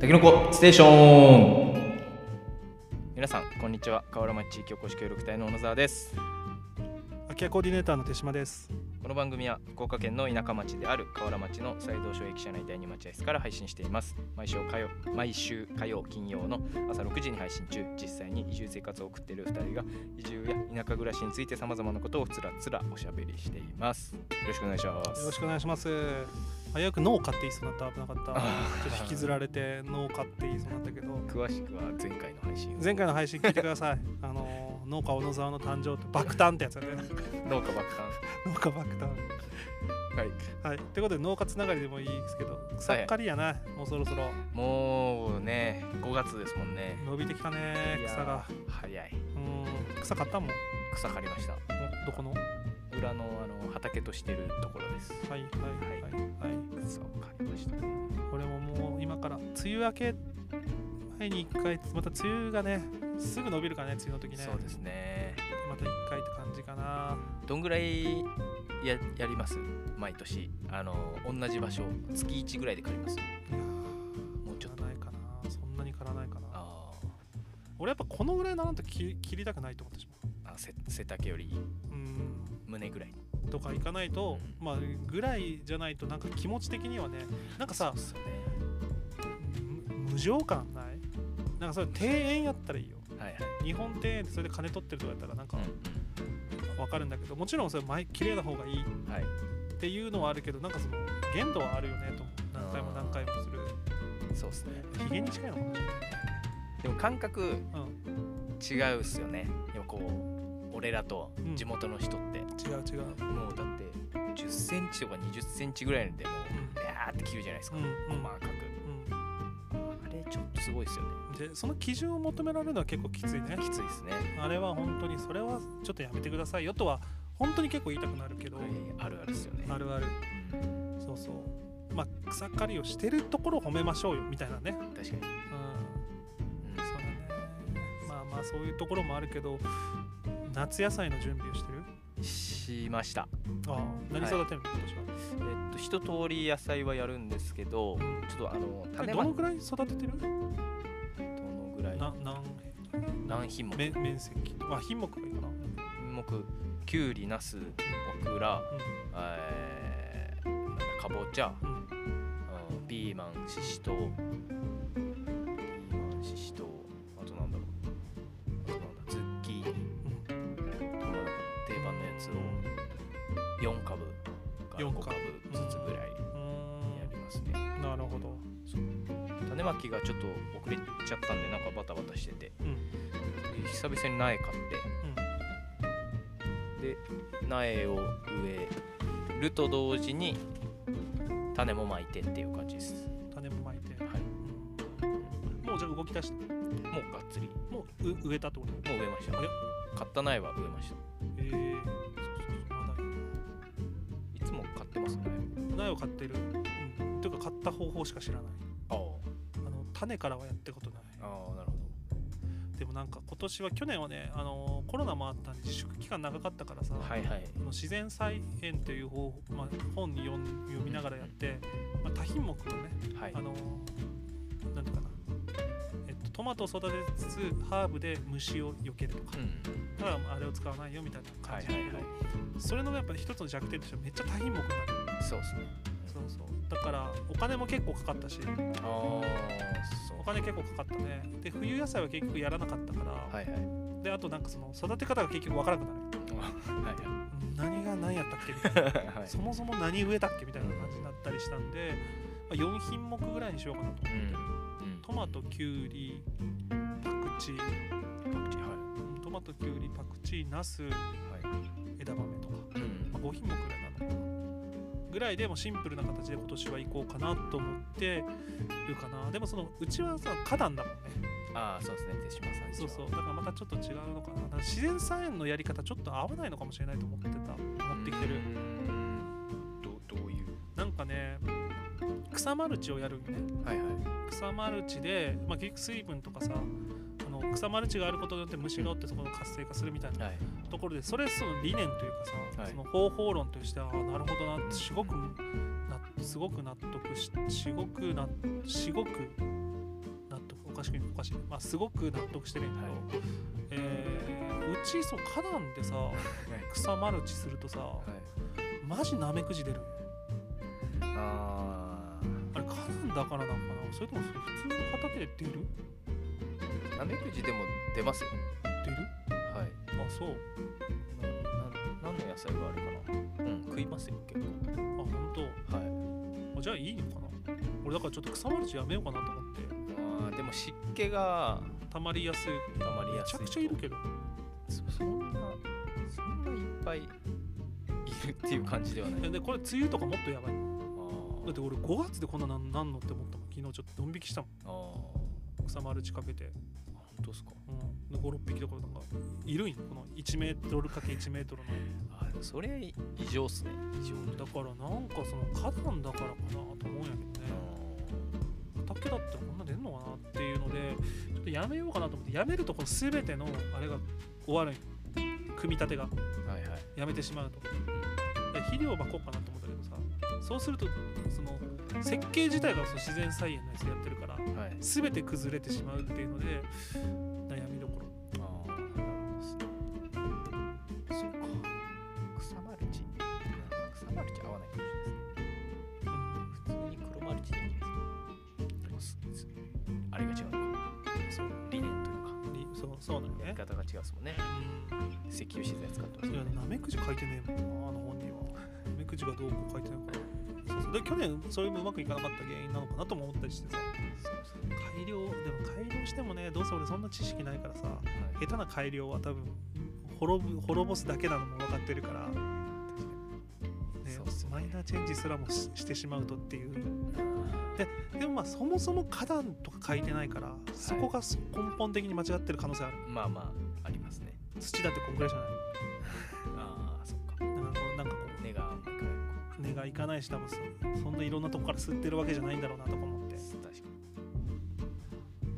たけのこステーション皆さんこんにちは河原町地域おこし協力隊の小野沢です空き家コーディネーターの手島です。この番組は福岡県の田舎町である河原町の西道省駅舎内第二待合室から配信しています毎週火曜毎週火曜金曜の朝6時に配信中実際に移住生活を送っている2人が移住や田舎暮らしについてさまざまなことをつらつらおしゃべりしていますよろしくお願いしますよろしくお願いします。危うく脳買って言いそうになった危なかった。あちょっと引きずられて脳買って言いそうになったけど、 詳しくは前回の配信前回の配信聞いてください。あのー農家小野沢の誕生と爆誕ってやつだね。 農家爆誕農家爆誕。はいはい。ということで農家つながりでもいいですけど、草っかりやな、もうそろそろもうね5月ですもんね伸びてきたねいやー草が。早いうーん草買ったもん。草刈りましたおどこの？はい裏のあの畑としてるところですはいはいはい。草を刈りましたね俺ももう今から梅雨明け前に一回また梅雨がねすぐ伸びるからね梅雨の時ねそうですねまた一回って感じかなどんぐらいややります毎年あの同じ場所月1ぐらいで借りますいやもうちょっとないかなそんなに刈らないかなあ俺やっぱこのぐらいならんと切切りたくないと思ってしまーあせ背丈よりううん胸ぐらいとかいかないとまあぐらいじゃないとなんか気持ち的にはねなんかさそうっすよねむ無情感ないなんかそれ庭園やったらいいよはいはい日本庭園でそれで金取ってるとかやったらなんかわかるんだけどもちろんそれ前綺麗な方がいいうんはいっていうのはあるけどなんかその限度はあるよねと思う何回も何回もするそうっすねヒゲに近いのかもしれないでも感覚うん違うっすよねやっぱこう俺らと地元の人って、違う違うもうだって1 0ンチとか2 0ンチぐらいでもうビャーって切るじゃないですか、うんうん細かくあれちょっとすごいですよねうんでその基準を求められるのは結構きついねきついですね、あれは本当にそれはちょっとやめてくださいよとは本当に結構言いたくなるけど、はい、あるあるですよねあるあるうんそうそうまあ草刈りをしてるところを褒めましょうよみたいなね確かに、うんうんそうだねまあまあそういうところもあるけど夏野菜の準備をしてるしましたああ何育てるの、えっと一通り野菜はやるんですけど今年はちょっとあのえ種どまのきぐらい育ててるどのぐらいな何何品目面面積とあ品目がいいかな、品目きゅうりなすオクラえーなんだかぼちゃうんうん、うんピーマンししとうピーマンししとうあとなんだろうあとなんだズッキーニとか定番のやつを4株か5四株株ずつぐらいうんやりますねうんなるほど、種まきがちょっと遅れちゃったんでなんかバタバタしててうんうんで久々に苗買ってで苗を植えると同時に種もまいてっていう感じです種もまいて、はいうんもうじゃあ動き出してもうがっつりももうう植えたってことう植えましたあれ買った苗は植えましたええまいだつも買ってますね苗を買ってる、うん、というか買った方法しか知らないあああの種からはやったことないああなるほでもなんか今年は去年はねあのコロナもあったんで自粛期間長かったからさ、どはいはいあの自然菜園という方法、まあ、本に読ん読みながらやって、まあ、多品目をねはいあのなんていうかな、えっと、トマトを育てつつハーブで虫を避けるとかうんうんだからあれを使わないよみたいなはい感じはで、いはいそれのやっぱ一つの弱点としてはめっちゃ多品目になるそうですねそうそうだからお金も結構かかったしああそうお金結構かかったねで冬野菜は結局やらなかったから、はいはいであとなんかその育て方が結局わからなくなるはうん何が何やったっけみたいい はいはいなそもそも何植えたっけみたいな感じになったりしたんで、まあ、4品目ぐらいにしようかなと思ってうんうんトマトきゅうりパクチーパクチーはトマト、きゅうり、パクチー、ナス、いは枝豆とか、いうんまあ、5品目ぐらいなのかなぐらいでもうシンプルな形で今年は行こうかなと思ってるかなでもそのうちはさ花壇だもんねああそうですね手島さんちそはうそうだからまたちょっと違うのかなだから自然菜園のやり方ちょっと合わないのかもしれないと思ってた思ってきてるうーんどどういうなんかね草マルチをやるんよねはいはい草マルチで、まあ、結局水分とかさあの草マルチがあることによって虫がおってそこの活性化するみたいなはいところでそれその理念というかさ、はいその方法論としてはあなるほどなってすごくなすごく納得しすごくなすごく難しくおかしい、まあ、すごく納得してねんけど、はいえーうちそう花壇でさ草マルチするとさ、マジナメクジ出るんよああれ花壇だからなのかなそれともそれ普通の畑で出るーナメクジでも出ますよ出るはいあそうなな何の野菜があるかなうん食いますよ結構あ本当。はいあじゃあいいのかな俺だからちょっと草マルチやめようかなと思ってまあでも湿気がたまりやすいたまりめやすいちゃとくちゃいるけどそそんなそんないっぱいいるっていう感じではないでこれ梅雨とかもっとやばいあだって俺5月でこんななんなんのって思ったもん昨日ちょっとドン引きしたもあ本ん草マルチかけて、当ですかうん、56匹どころなんかいるんよこの1メートルかけ1メートルのあーそれ異常っすね異常だからなんかその花壇だからかなと思うんやけどあね畑だってこんな出んのかなっていうのでちょっとやめようかなと思ってやめるとこの全てのあれが終わるんよ組み立てがーはいはいやめてしまうとで肥料まこうかなと思ったけどさそうするとその設計自体がその自然菜園のやつやってるからはい全て崩れてしまうっていうので悩みどころああなるほどっすねそうか草マルチ草マルチ合わないかもしれないですね普通に黒マルチでいいんじゃないですかあれが違うのかそう理念というかにそうそうなんやだりね方が違うですもんね石油資材使ってまうすんもいやんねなめくじ書いてねえもんなあの本人はなめくじがどうこう書いてないからそうそうで去年それもうまくいかなかった原因なのかなとも思ったりしてさそうそう改良でも改良してもねどうせ俺そんな知識ないからさはい下手な改良は多分滅ぶ滅ぼすだけなのも分かってるから、ねそうっすよねマイナーチェンジすらもししてしまうとっていうでもまあそもそも花壇とか書いてないからそこが根本的に間違ってる可能性ある、まあまあありますね土だってこんぐらいじゃないああそっかだからこうなんかこ根があんまりかないう根がいかないし多分そそんないろんなとこから吸ってるわけじゃないんだろうなとか思って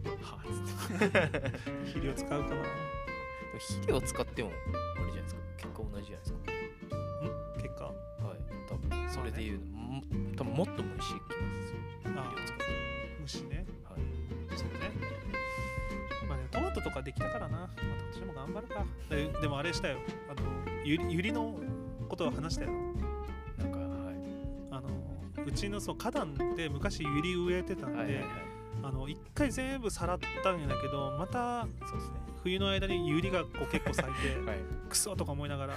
確かに はあつって肥料使うかなでも肥料使ってもあれじゃないですか結果同じじゃないです結果かはい多分それで言うの、も多分もっとも虫いきますよあ肥料使って虫ねはそうねまあねトマトとかできたからなまた今年も頑張るかででもあれしたよあのゆりゆりのことを話したよいなんかはいあのうちのそう花壇で昔ゆり植えてたんで、はいはいはいあの一回全部さらったんやけどまたそうですね冬の間にユリがこう結構咲いてはいクソとか思いな がら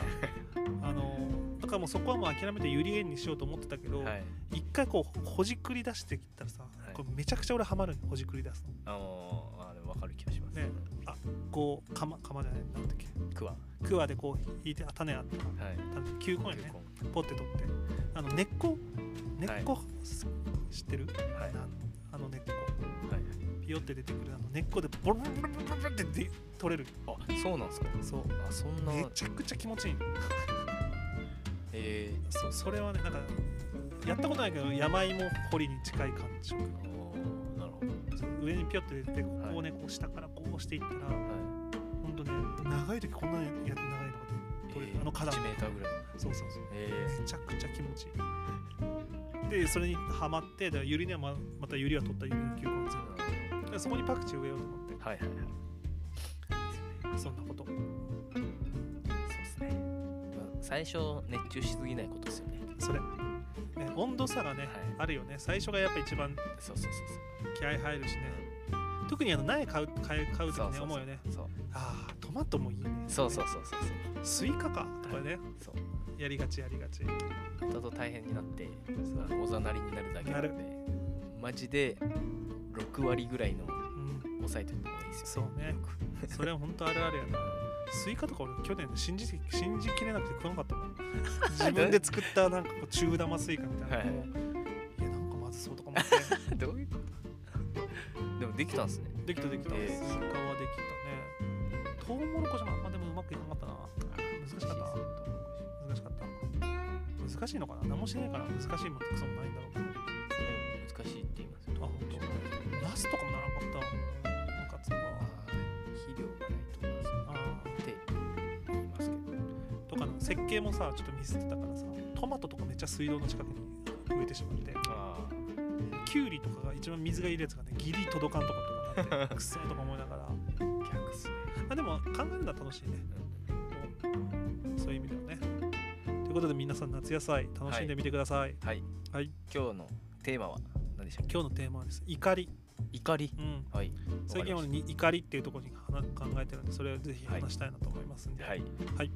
あのだからもうそこはもう諦めてユリ園にしようと思ってたけど、はい一回こうほじくり出してきたらさ、いこれめちゃくちゃ俺ハマるのほじくり出すあのー、あでも分かる気がしますのねあこう釜釜じゃないなんだっけクワはクワでこう引いてあ種あったい種球根や球ね根ポッて取ってあの根っこ根っこ、知ってるはいなんあの根っこはいピヨって出てくるあの根っこでボロボロボロボロボロってで取れるあそうなんですかそうあそんなめちゃくちゃ気持ちいいえー、そうそれはねなんかやったことないけど山芋掘りに近い感触あーなるほどそう上にピョって出てここをね、はこう下からこう押していったらはほんとね長い時こんなや長いのがい取れるあの花壇1メーターぐらいそうそうそうえめちゃくちゃ気持ちいいでそれにはまってだからユリにはままたユリは取ったユリの球根ですー、うんよでそこにパクチー植えようと思ってはいはいはいそんなことそうですね。まあ最初熱中しすぎないことですよね。それ、ね、温度差がね、はいあるよね最初がやっぱ一番そうそうそうそう。気合入るしね特にあの苗買う買う買う時そうねそう思うよねそうあートマトもいいねそうそうそうそうスイカかとかねそう。やりがちやりがちそう。後々大変になって、あのおざなりになるだけなので、マジで六割ぐらいのうん抑えておいた方がいいですよ。そうねそれは本当あるあるやなスイカとか俺去年信じ信じきれなくて食わなかっ たもん自分で作ったなんかこう中玉スイカみたいな、はいい、やなんかまずそうとか思 ってどういうこと？でもできたんですね。できたできた、えースイカはできたねトウモロコシもあんまでもうまくいかなかったな難しかった難しかった難しいのかな何もしてないから難しいもんってクソもないんだろうけど難しいって言いますよ。あ本当ナスとかもならなかったなんかつは肥料がないとまずいあって言いますけど。ーとかの設計もさちょっとミスってたからさトマトとかめっちゃ水道の近くに植えてしまってああ。キュウリとかが一番水がいるやつがねギリ届かんとことかっ てクソとか思いながら逆っすねあでも考えるのは楽しいねうんそういう意味ではねということで皆さん夏野菜楽しんでみてください、はい、はい、今日のテーマは何でしたっけ今日のテーマはです怒り、怒りうん、はい最近わ俺かりに怒りっていうところに話考えてるんでそれをぜひ話したいなと思いますんましで、たはい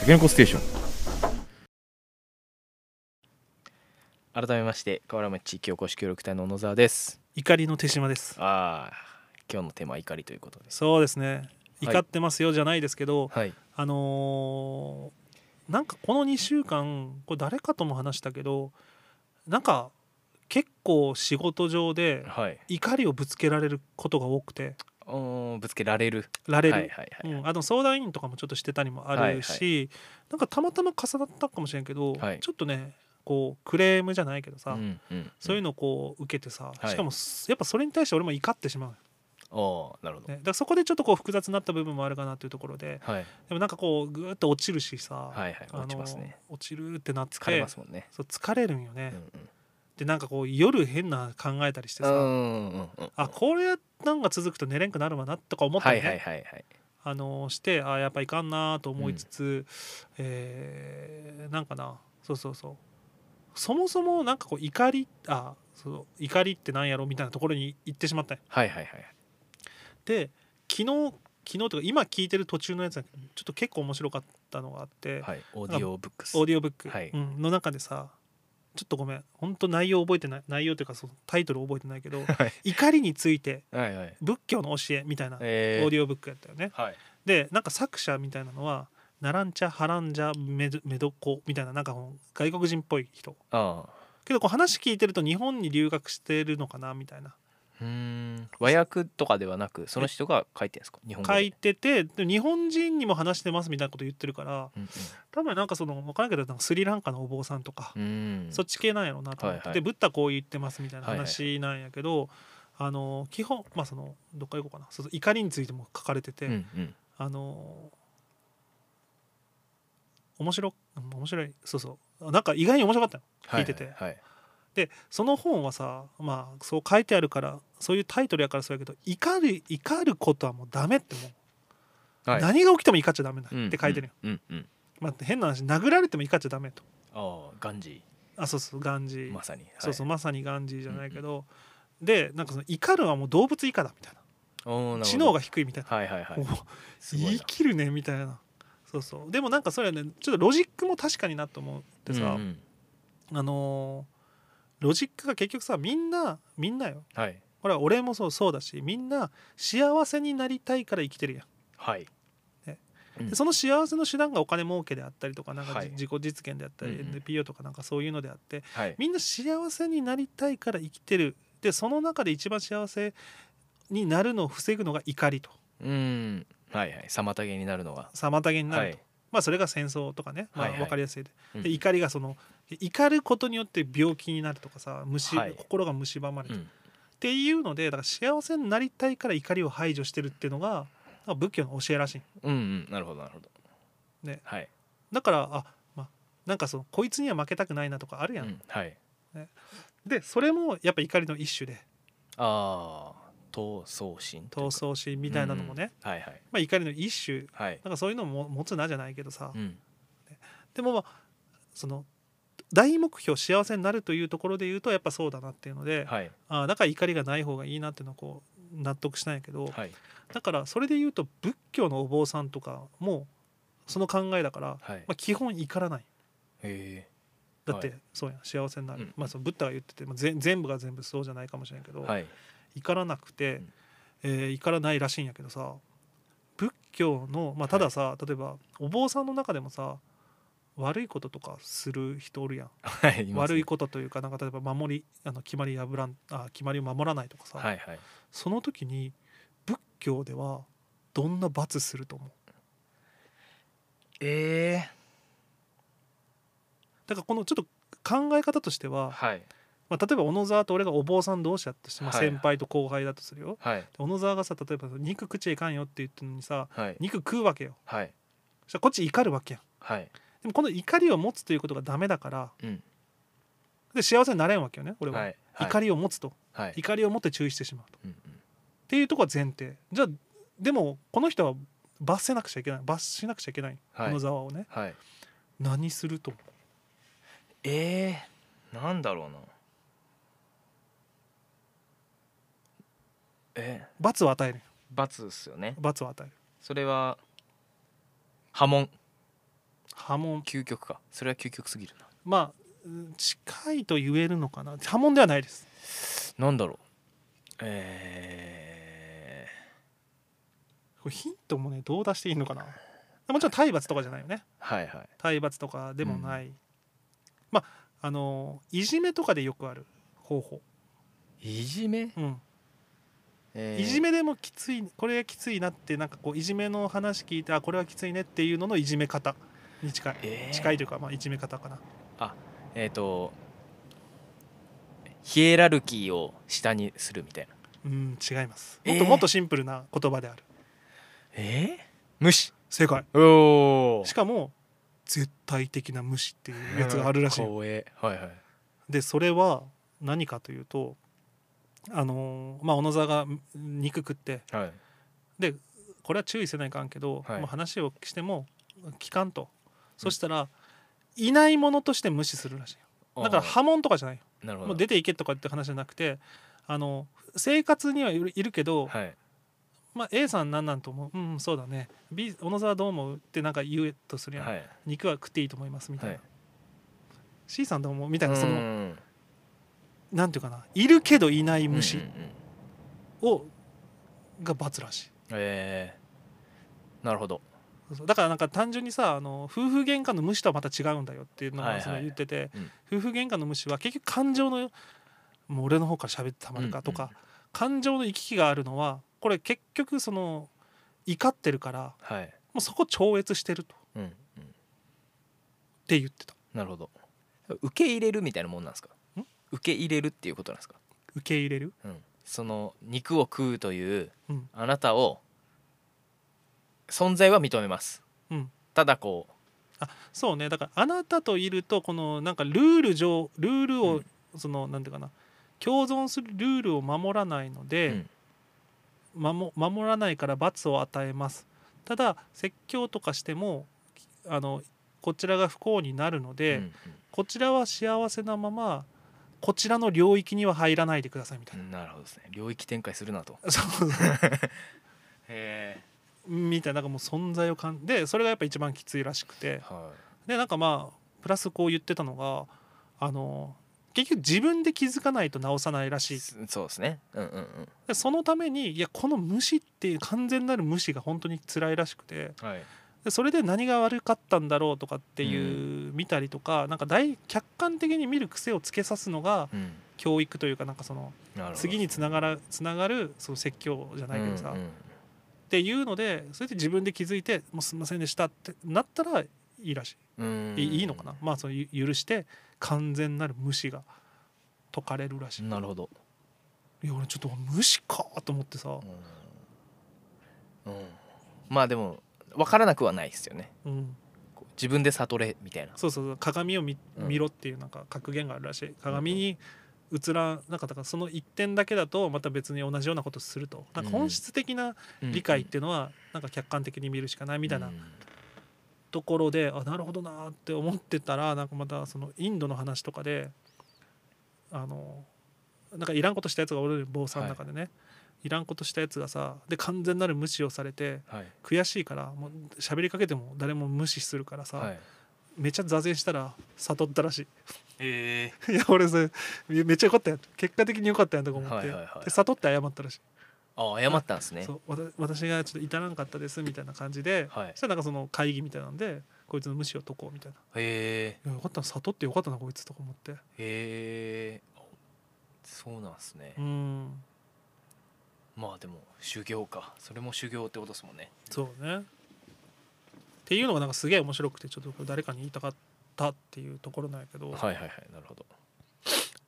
タケノコステーション改めまして河原町地域おこし協力隊の小野沢です怒りの手島ですああ今日のテーマは怒りということですそうですねはい怒ってますよじゃないですけど、はいあのーなんかこの2週間これ誰かとも話したけどなんか結構仕事上ではい怒りをぶつけられることが多くておーぶつけられるられる、はいはいはい、うん、あの相談員とかもちょっとしてたりもあるし、はなんかたまたま重なったかもしれんけど、はいちょっとねこうクレームじゃないけどさ、うんうん、そういううのをこう受けてさ、はいしかもすやっぱそれに対して俺も怒ってしまう、のああなるほど、ね、だからそこでちょっとこう複雑になった部分もあるかなっていうところではいでもなんかこうぐーっと落ちるしさ、はいはいあの落ちますね落ちるってなって疲れますもんね、そう疲れるんよね、うんうんでなんかこう夜変な考えたりしてさ、うんうんうんあこれなんか続くと寝れんくなるわなとか思ったはりいね、はいはいはいあのしてあやっぱいかんなと思いつつ、えーなんかなそうそうそうそもそもなんかこう怒りあそう怒りってなんやろみたいなところに行ってしまったんよはいはいはいで昨日昨日というか今聞いてる途中のやつだけどちょっと結構面白かったのがあって、はいオーディオブックスオーディオブック、はいうんの中でさちょっとごめん本当内容覚えてない内容というかそのタイトル覚えてないけど、 はい怒りについてはいはい仏教の教えみたいなオーえーディオブックやったよね。はいでなんか作者みたいなのはナランチャ・ハランジャ・メドメドコみたいななんかこう外国人っぽい人ああけどこう話聞いてると日本に留学してるのかなみたいなうーん和訳とかではなくその人が書いてるんですか日本語で書いててで日本人にも話してますみたいなこと言ってるからうん多分なんかその分からんけどなんかスリランカのお坊さんとか、うんうんそっち系なんやろうなと思っはいて、はいでブッダこう言ってますみたいなはいはい話なんやけど、あの基本まあそのどっか行こうかなそうそう怒りについても書かれてて、うんうんあの面白面白いそうそうなんか意外に面白かったよ聞いててはいはいはいでその本はさまあそう書いてあるからそういうタイトルやからそうやけど怒る怒ることはもうダメってもう、はい何が起きても怒っちゃダメだうんって書いてるよ、うんうんまあ、変な話殴られても怒っちゃダメとああガンジあそうそうガンジー、ーまさにそうそうまさにガンジーじゃないけど、でなんかその怒るはもう動物以下だみたいなう知能がが低いみたいな、はいはいはいおすごい言いな切るねみたいなそうそうでもなんかそれはねちょっとロジックも確かになと思ってさ、うんうんあのーロジックが結局さみんなみんなよはいほら俺もそうそうだしみんな幸せになりたいから生きてるやんはいうんでその幸せの手段がお金儲けであったりとかなんかはいじ自己実現であったりうんうん NPO とかなんかそういうのであってはいみんな幸せになりたいから生きてるでその中で一番幸せになるのを防ぐのが怒りとうんはいはい妨げになるのは妨げになはると、いまあそれが戦争とかね、まあ、はいはい分かりやすいで,、うんで怒りがその怒ることによって病気になるとかさ虫、はい心が蝕まれうるっんていうのでだから幸せになりたいから怒りを排除してるっていうのがなんか仏教の教えらしいうんうんなるほどなるほどねはいだからあまあなんかそのこいつには負けたくないなとかあるうやん、んはいでそれもやっぱ怒りの一種でああ闘争心とい闘うか争心みたいなのもね、うんはいはいまあ、怒りの一種はいなんかそういうのも持つなじゃないけどさ、うんでもまあその大目標幸せになるというところで言うとやっぱそうだなっていうので、はいああだから怒りがない方がいいなっていうのはこう納得したんやけど、はいだからそれで言うと仏教のお坊さんとかもその考えだから、はいまあ、基本怒らないへだって、はそうやん幸せになる、うんまあそのブッダが言ってて、まあ、ぜ全部が全部そうじゃないかもしれんけえど、はい 怒らなくて、うんえー怒らないらしいんやけどさ仏教の、まあ、たださ、例えばお坊さんの中でもさ悪いこととかする人おるやんはいます悪ねいことというかなんか例えば守りあの決まり破らんあ決まりを守らないとかさ、はいはいその時に仏教ではどんな罰すると思うええだからこのちょっと考え方としては、はいまあ、例えば小野沢と俺がお坊さん同士だとして、まあ、はい先輩と後輩だとするよ、はいで小野沢がさ例えば肉食っちゃいかんよって言ってるのにさはい肉食うわけよはいそしたらこっち怒るわけやんはいでもこの怒りを持つということがダメだからうんで幸せになれんわけよね俺は、はいはい怒りを持つとはい怒りを持って注意してしまうとうんっていうとこは前提じゃあでもこの人は罰せなくちゃいけない罰しなくちゃいけない、はいこのざわをねはい何すると思うえー、なんだろうなえ罰を与える罰っすよね罰を与えるそれは波紋波紋究極かそれは究極すぎるなまあうん近いと言えるのかな波紋ではないですなんだろうえこれヒントもねどう出していいのかなもちろん体罰とかじゃないよねー、はいはい体罰とかでもない、まああのいじめとかでよくある方法、いじめ、うんえーいじめでもきついこれきついなってなんかこういじめの話聞いてあこれはきついねっていうののいじめ方に近い、えー近いというかまあいじめ方かなえっ、とヒエラルキーを下にするみたいなうん違いますえーもっともっとシンプルな言葉である、えー、無視正解おしかも絶対的な無視っていうやつがあるらしいよ怖えはいはいでそれは何かというとあのーまあ小野沢がん肉食ってはいでこれは注意せないかんけど、はいもう話をしても聞かんとそしたら、いないものとして無視するらしいよだからあ波紋とかじゃないよーなるほどもう出ていけとかって話じゃなくてあの生活にはいるいるけど、はいまあ、A さんなんなんと思ううんうんそうだね B 小野沢どう思うってなんか言うとするやん、はい肉は食っていいと思いますみたいはな、い C さんどう思うみたいなその、うんなんていうかないるけどいない虫うんうんうんを、が罰らしえー、なるほどいそうだからなんか単純にさあの夫婦喧嘩の虫とはまた違うんだよっていうのはいがはいその言ってて、うん夫婦喧嘩の虫は結局感情のもう俺の方から喋ってたまるかとか、うん感情の行き来があるのはこれ結局その怒ってるからはいもうそこ超越してるとっうんうんて言ってたなるほど受け入れるみたいなもんなんですかん受け入れるっていうことなんですか受け入れるうんその肉を食うといううんあなたを存在は認めます、うんただこそうねだからあなたといるとこのなんかルール上ルールうをそのなんていうかな共存するルールを守らないのう、で、守守らないから罰を与えますただ説教とかしてもあのこちらが不幸になるので、うんうんこちらは幸せなままこちらの領域には入らないでくださいみうたいな、んなるほどですね領域展開するなと そうへみたいななんかもう存在を感じでそれがやっぱ一番きついらしくえてはでなんかまあプラスこう言ってたのがあの結局自分で気づかないと直さないらしいいすそうですねうんうんうんでそのためにいやこの無視っていう完全なる無視が本当に辛いらしくてはいでそれで何が悪かったんだろうとかっていう、見たりとかなんか大客観的に見る癖をつけさすのがうん教育というかなんかそのなるほど次につながらつながるその説教じゃないけどさ、うんうんっていうのでそれで自分で気づいて「もうすいませんでした」ってなったらいいらしい。うんいいいのかな、まあそのゆ許して完全なる無視が解かれるらしいなるほど、いや俺ちょっと無視かと思ってさ、うんうん、まあでも分からなくはないですよねうん、こう自分で悟れみたいなそうそうそう鏡を見うん見ろっていうなんか格言があるらしい鏡に映らなかったからその一点だけだとまた別に同じようなことするとなんか本質的な理解っていうのはなんか客観的に見るしかないみたいなうんところであなるほどなーって思ってたらなんかまたそのインドの話とかであのなんかいらんことしたやつがおる坊さんの中でね、い、らんことしたやつがさで完全なる無視をされてはい悔しいからもう喋りかけても誰も無視するからさ、はいめっちゃ座禅したら悟ったらしえ いいや俺それめめっちゃよかったやん結果的によかったやんとか思って、はいはいはいで悟って謝ったらしいあ謝ったんですねそうわた私がちょっと至らなかったですみたいな感じで、はいそしたらなんかその会議みたいなんでこいつの無視を解こうみたいな。へえいやよかったな悟ってよかったなこいつとか思ってへえそうなんですねうんまあでも修行かそれも修行ってことですもんねそうねっていうのがなんかすげえ面白くてちょっとこれ誰かに言いたかったっていうところなんやけど、はいはいはいなるほど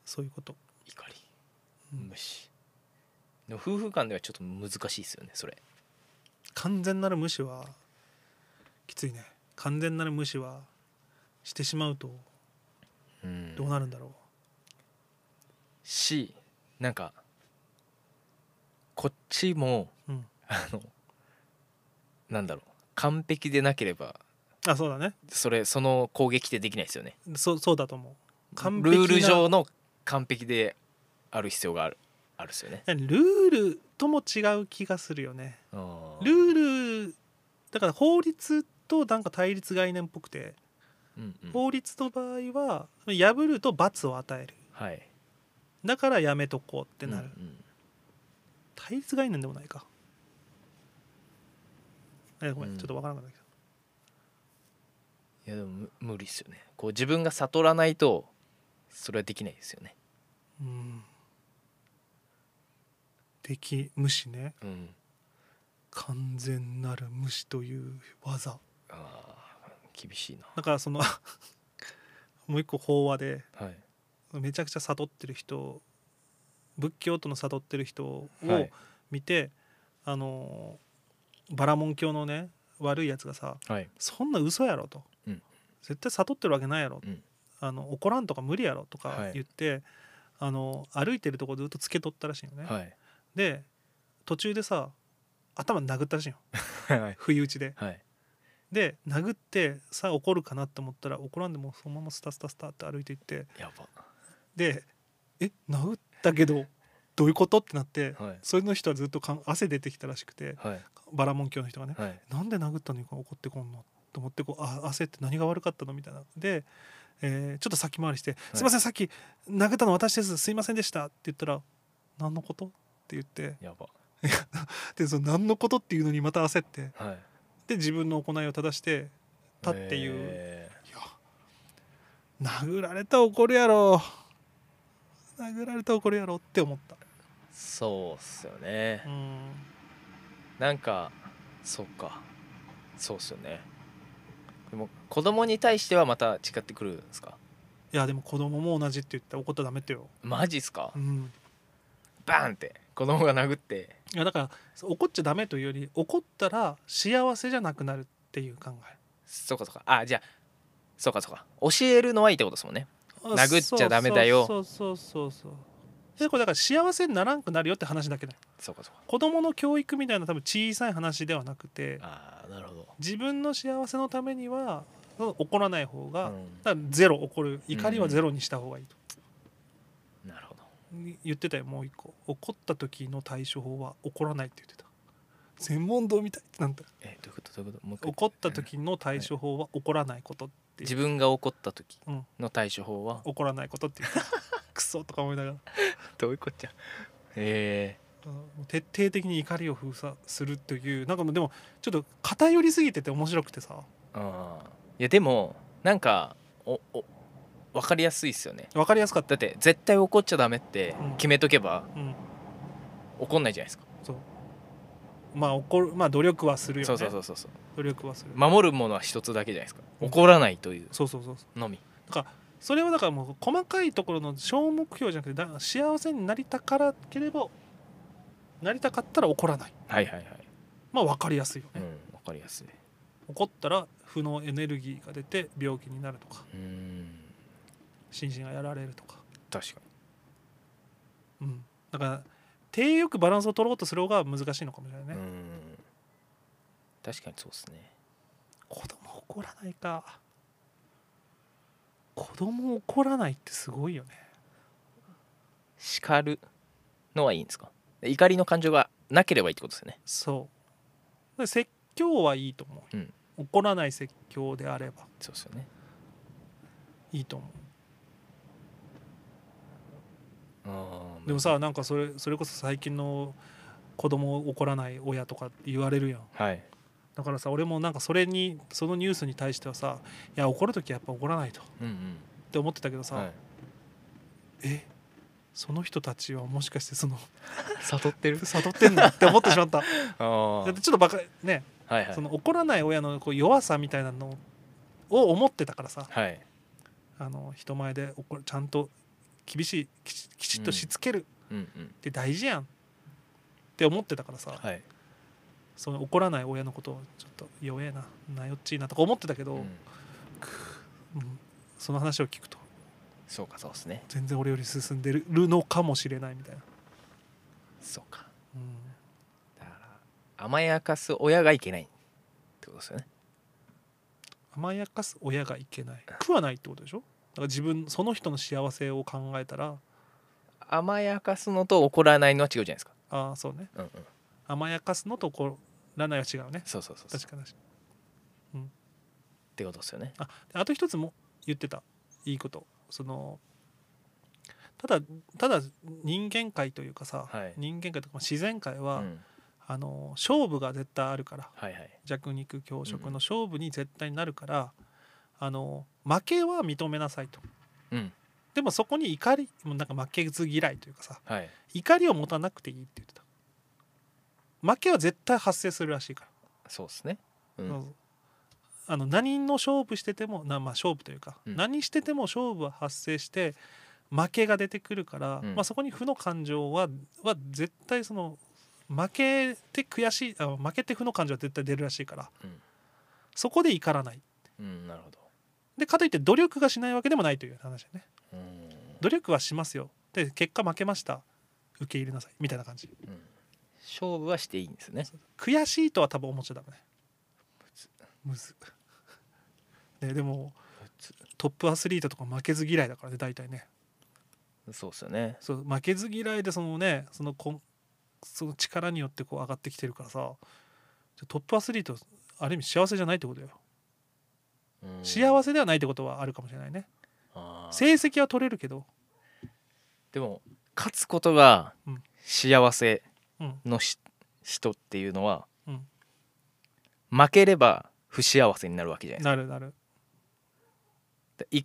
そういうこと怒りうん無視でも夫婦間ではちょっと難しいですよねそれ完全なる無視はきついね完全なる無視はしてしまうとうんどうなるんだろう、しなんかこっちも、うんあのなんだろう完璧でなければあそうだねそれその攻撃ってできないですよねそうそうだと思うル完璧なール上の完璧である必要があるあるですよねルールとも違う気がするよねルルールだから法律となんか対立概念っぽくてうんうん、法律の場合は破ると罰を与えるはいっだからやめとこうっててなる、対立概念でもないかえごめん、うんちょっとわからなかったけどいやでもむ無理っすよねこう自分が悟らないとそれはできないですよねうん敵無視ねうん完全なる無視という技あー厳しいなだからその もう一個法話ではいめちゃくちゃ悟ってる人仏教徒の悟ってる人をはい見て、あのバラモン教のね悪いやつがさはい「そんな嘘やろ」と、うん絶対悟ってるわけないやろ」うんあの怒らんとか無理やろ」とはかい言って、あの歩いてるとこずっとつけとったらしいよね。はいで途中でさ頭殴ったらしいよはい不意打ちで。 はいで殴ってさあ怒るかなって思ったら怒らんでもうそのままスタスタスタって歩いていってやばで「え殴ったけどどういうこと?」ってなって、はいそれの人はずっとかん汗出てきたらしくてはいバラモン教の人がねはい「なんで殴ったのに怒ってこんの?」と思ってこうあ焦って何が悪かったのみたいなで、えーちょっと先回りして「いすいませんさっき殴ったの私ですすいませんでした」って言ったら「何のこと?」って言ってやばでその何のことっていうのにまた焦ってはいで自分の行いを正してたっていう、えいや殴られたら怒るやろ殴られたら怒るやろって思ったーそうっすよねうんなんかそうかそうっすよねでも子供に対してはまた違ってくるんですかいやでも子供も同じって言って怒ったらダメってよ、マジっすかうん、バーンって子供が殴っていやだからそう怒っちゃダメというより怒ったら幸せじゃなくなるっていう考そうかそうかあじゃあそうかそうか教えるのはいいってことですもんねえ殴っちゃダメだよそうそうそうそうそうでこれだから幸せにならんくなるよって話だけだよそうかそうか子供の教育みたいな多分小さい話ではなくてああなるほど自分の幸せのためにはその怒らない方が、うんだからゼロ怒る怒りはゼロにした方がいいと、なるほど言ってたよもう一個怒った時の対処法は怒らないって言ってた専門堂みたいなんだえどういうことどういうこともう一回怒った時の対処法は怒らないことって自いう分が怒った時うんの対処法は怒らないこ とっていうクソとか思いながら、どういうこっちゃえうんもう徹底的に怒りを封鎖するというなんかもうでもちょっと偏りすぎてて面白くてさえああいやでもなんかおお分かりやすいっすよね分かりやすかっただって絶対怒っちゃダメってうん決めとけばうん怒んないじゃないですか、そうまあ怒るまあ努力はするよねそうそうそうそうそう努力はする、守るものは一つだけじゃないですかうん怒らないというそうそうそうのみそれはだからもう細かいところの小目標じゃなくてだ幸せになりたからければなりたかったら怒らないはいはいはいまあ分かりやすいようんね、分かりやすい怒ったら負のエネルギーが出て病気になるとかうん心身がやられるとか、確かにうん、だから手よくバランスを取ろうとする方が難しいのかもしれないね、うん確かにそうですね子供怒らないか子供怒らないってすごいよね叱るのはいいんですか怒りの感情がなければいいってことですよねそうで説教はいいと思う、うん怒らない説教であればそうですよねいいと思うあでもさなんかそれそれこそ最近の子供を怒らない親とかって言われるやんはいだからさ俺もなんかそれにそのニュースに対してはさいや怒る時はやっぱ怒らないとっうんうんて思ってたけどさ、はい、えその人たちはもしかしてその悟って る悟ってんのって思ってし まっただああはってちょっとバカね、いはいその怒らない親のこう弱さみたいなのを思ってたからさはいあの人前で怒るちゃんと厳しいきちきちっとしつけるうんうんって大事やんって思ってたからさ、はい、その怒らない親のことをちょっと弱えななよっちいなとか思ってたけど、ううんんその話を聞くとそうかそうですね全然俺より進んでるのかもしれないみたいな、そうかうんだから甘やかす親がいけないってことですよね甘やかす親がいけない食わないってことでしょだから自分その人の幸せを考えたら甘やかすのと怒らないのは違うじゃないですかああそうねうんうん甘やかすのと怒らないは違うねそうそうそうそう確かに確かにってことですよねあであと一つも言ってたいいことそのただただ人間界というかさ、はい人間界とかまあ自然界うは、んあの勝負が絶対あるからはいはい弱肉強食うんの勝負に絶対になるから、あの負けは認めなさいとうんでもそこに怒りもうなんか負けず嫌いというかさはい怒りを持たなくていいって言ってた負けは絶対発生するらしいからそうですねうんそうそうあの何の勝負しててもな、まあ、勝負というか、うん何してても勝負は発生して負けが出てくるから、うんまあ、そこに負の感情はは絶対その負けて悔しいあ負けて負の感情は絶対出るらしいから、うんそこで怒らないうんなるほどでかといって努力がしないわけでもないという話だねうん努力はしますよで結果負けました受け入れなさいみたいな感じうん勝負はしていいんですね悔しいとは多分思っちゃダメねむずねでもトップアスリートとか負けず嫌いだからね大体ねそうですよねそう負けず嫌いでそのねそのこんその力によってこう上がってきてるからさじゃトップアスリートある意味幸せじゃないってことようん幸せではないってことはあるかもしれないねあー成績は取れるけどでも勝つことがうん幸せうんのし人っていうのはうん負ければ不幸せになるわけじゃないなるなるですかい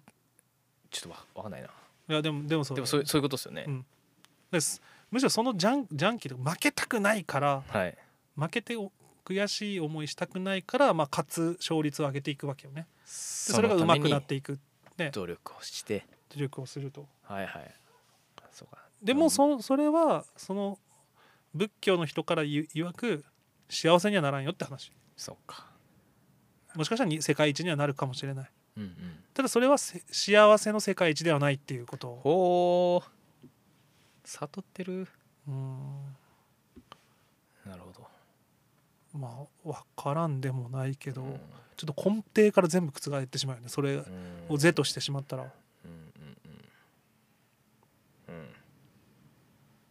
ちょっとわわかんないないやでもでもそうでもそうそういうことですよねうんですむしろそのジャンジャンキーとか負けたくないからはい負けてお悔しい思いしたくないから、まあ、勝つ勝率を上げていくわけよねでそそれが上手のたくなめっにていく努力をして努力をするとはいはいそうかでもそそれはその仏教の人から言う曰く幸せにはならんよって話そうかもしかしたらに世界一にはなるかもしれないうんうんただそれはせ幸せの世界一ではないっていうことをほう悟ってるうーんなるほどまあ分からんでもないけど、うんちょっと根底から全部覆ってしまうよねそれうんを是としてしまったらうんうんうんうん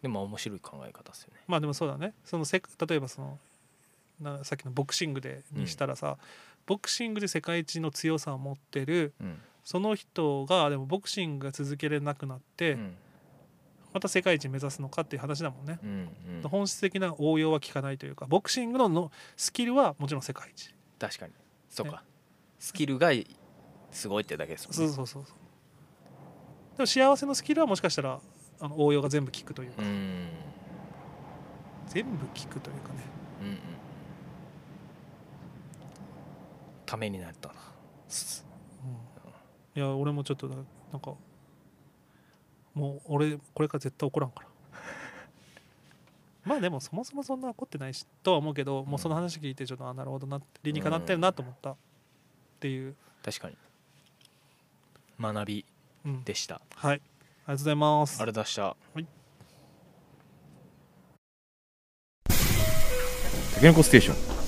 でも面白い考え方ですよねまあでもそうだねそのせ例えばそのなさっきのボクシングでにしたらさ、ボクシングで世界一の強さを持ってるうんその人がでもボクシングが続けれなくなって、うんまた世界一目指すのかっていう話だもんね、うんうん本質的な応用は効かないというかボクシングののスキルはもちろん世界一確かにそうかスキルがすごいってだけですそもうんねそうそうそうでも幸せのスキルはもしかしたらあの応用が全部効くというか、うんうん全部効くというかねうんためになったなうんいや俺もちょっとだなんかもう俺これから絶対怒らんから まあでもそもそもそんな怒ってないしとは思うけどもうその話聞いてちょっとあなるほどなって理にかなってるなと思ったっていう、確かに学びうん、でしたあはいありがとうございますりがとうございましたタケノコステーション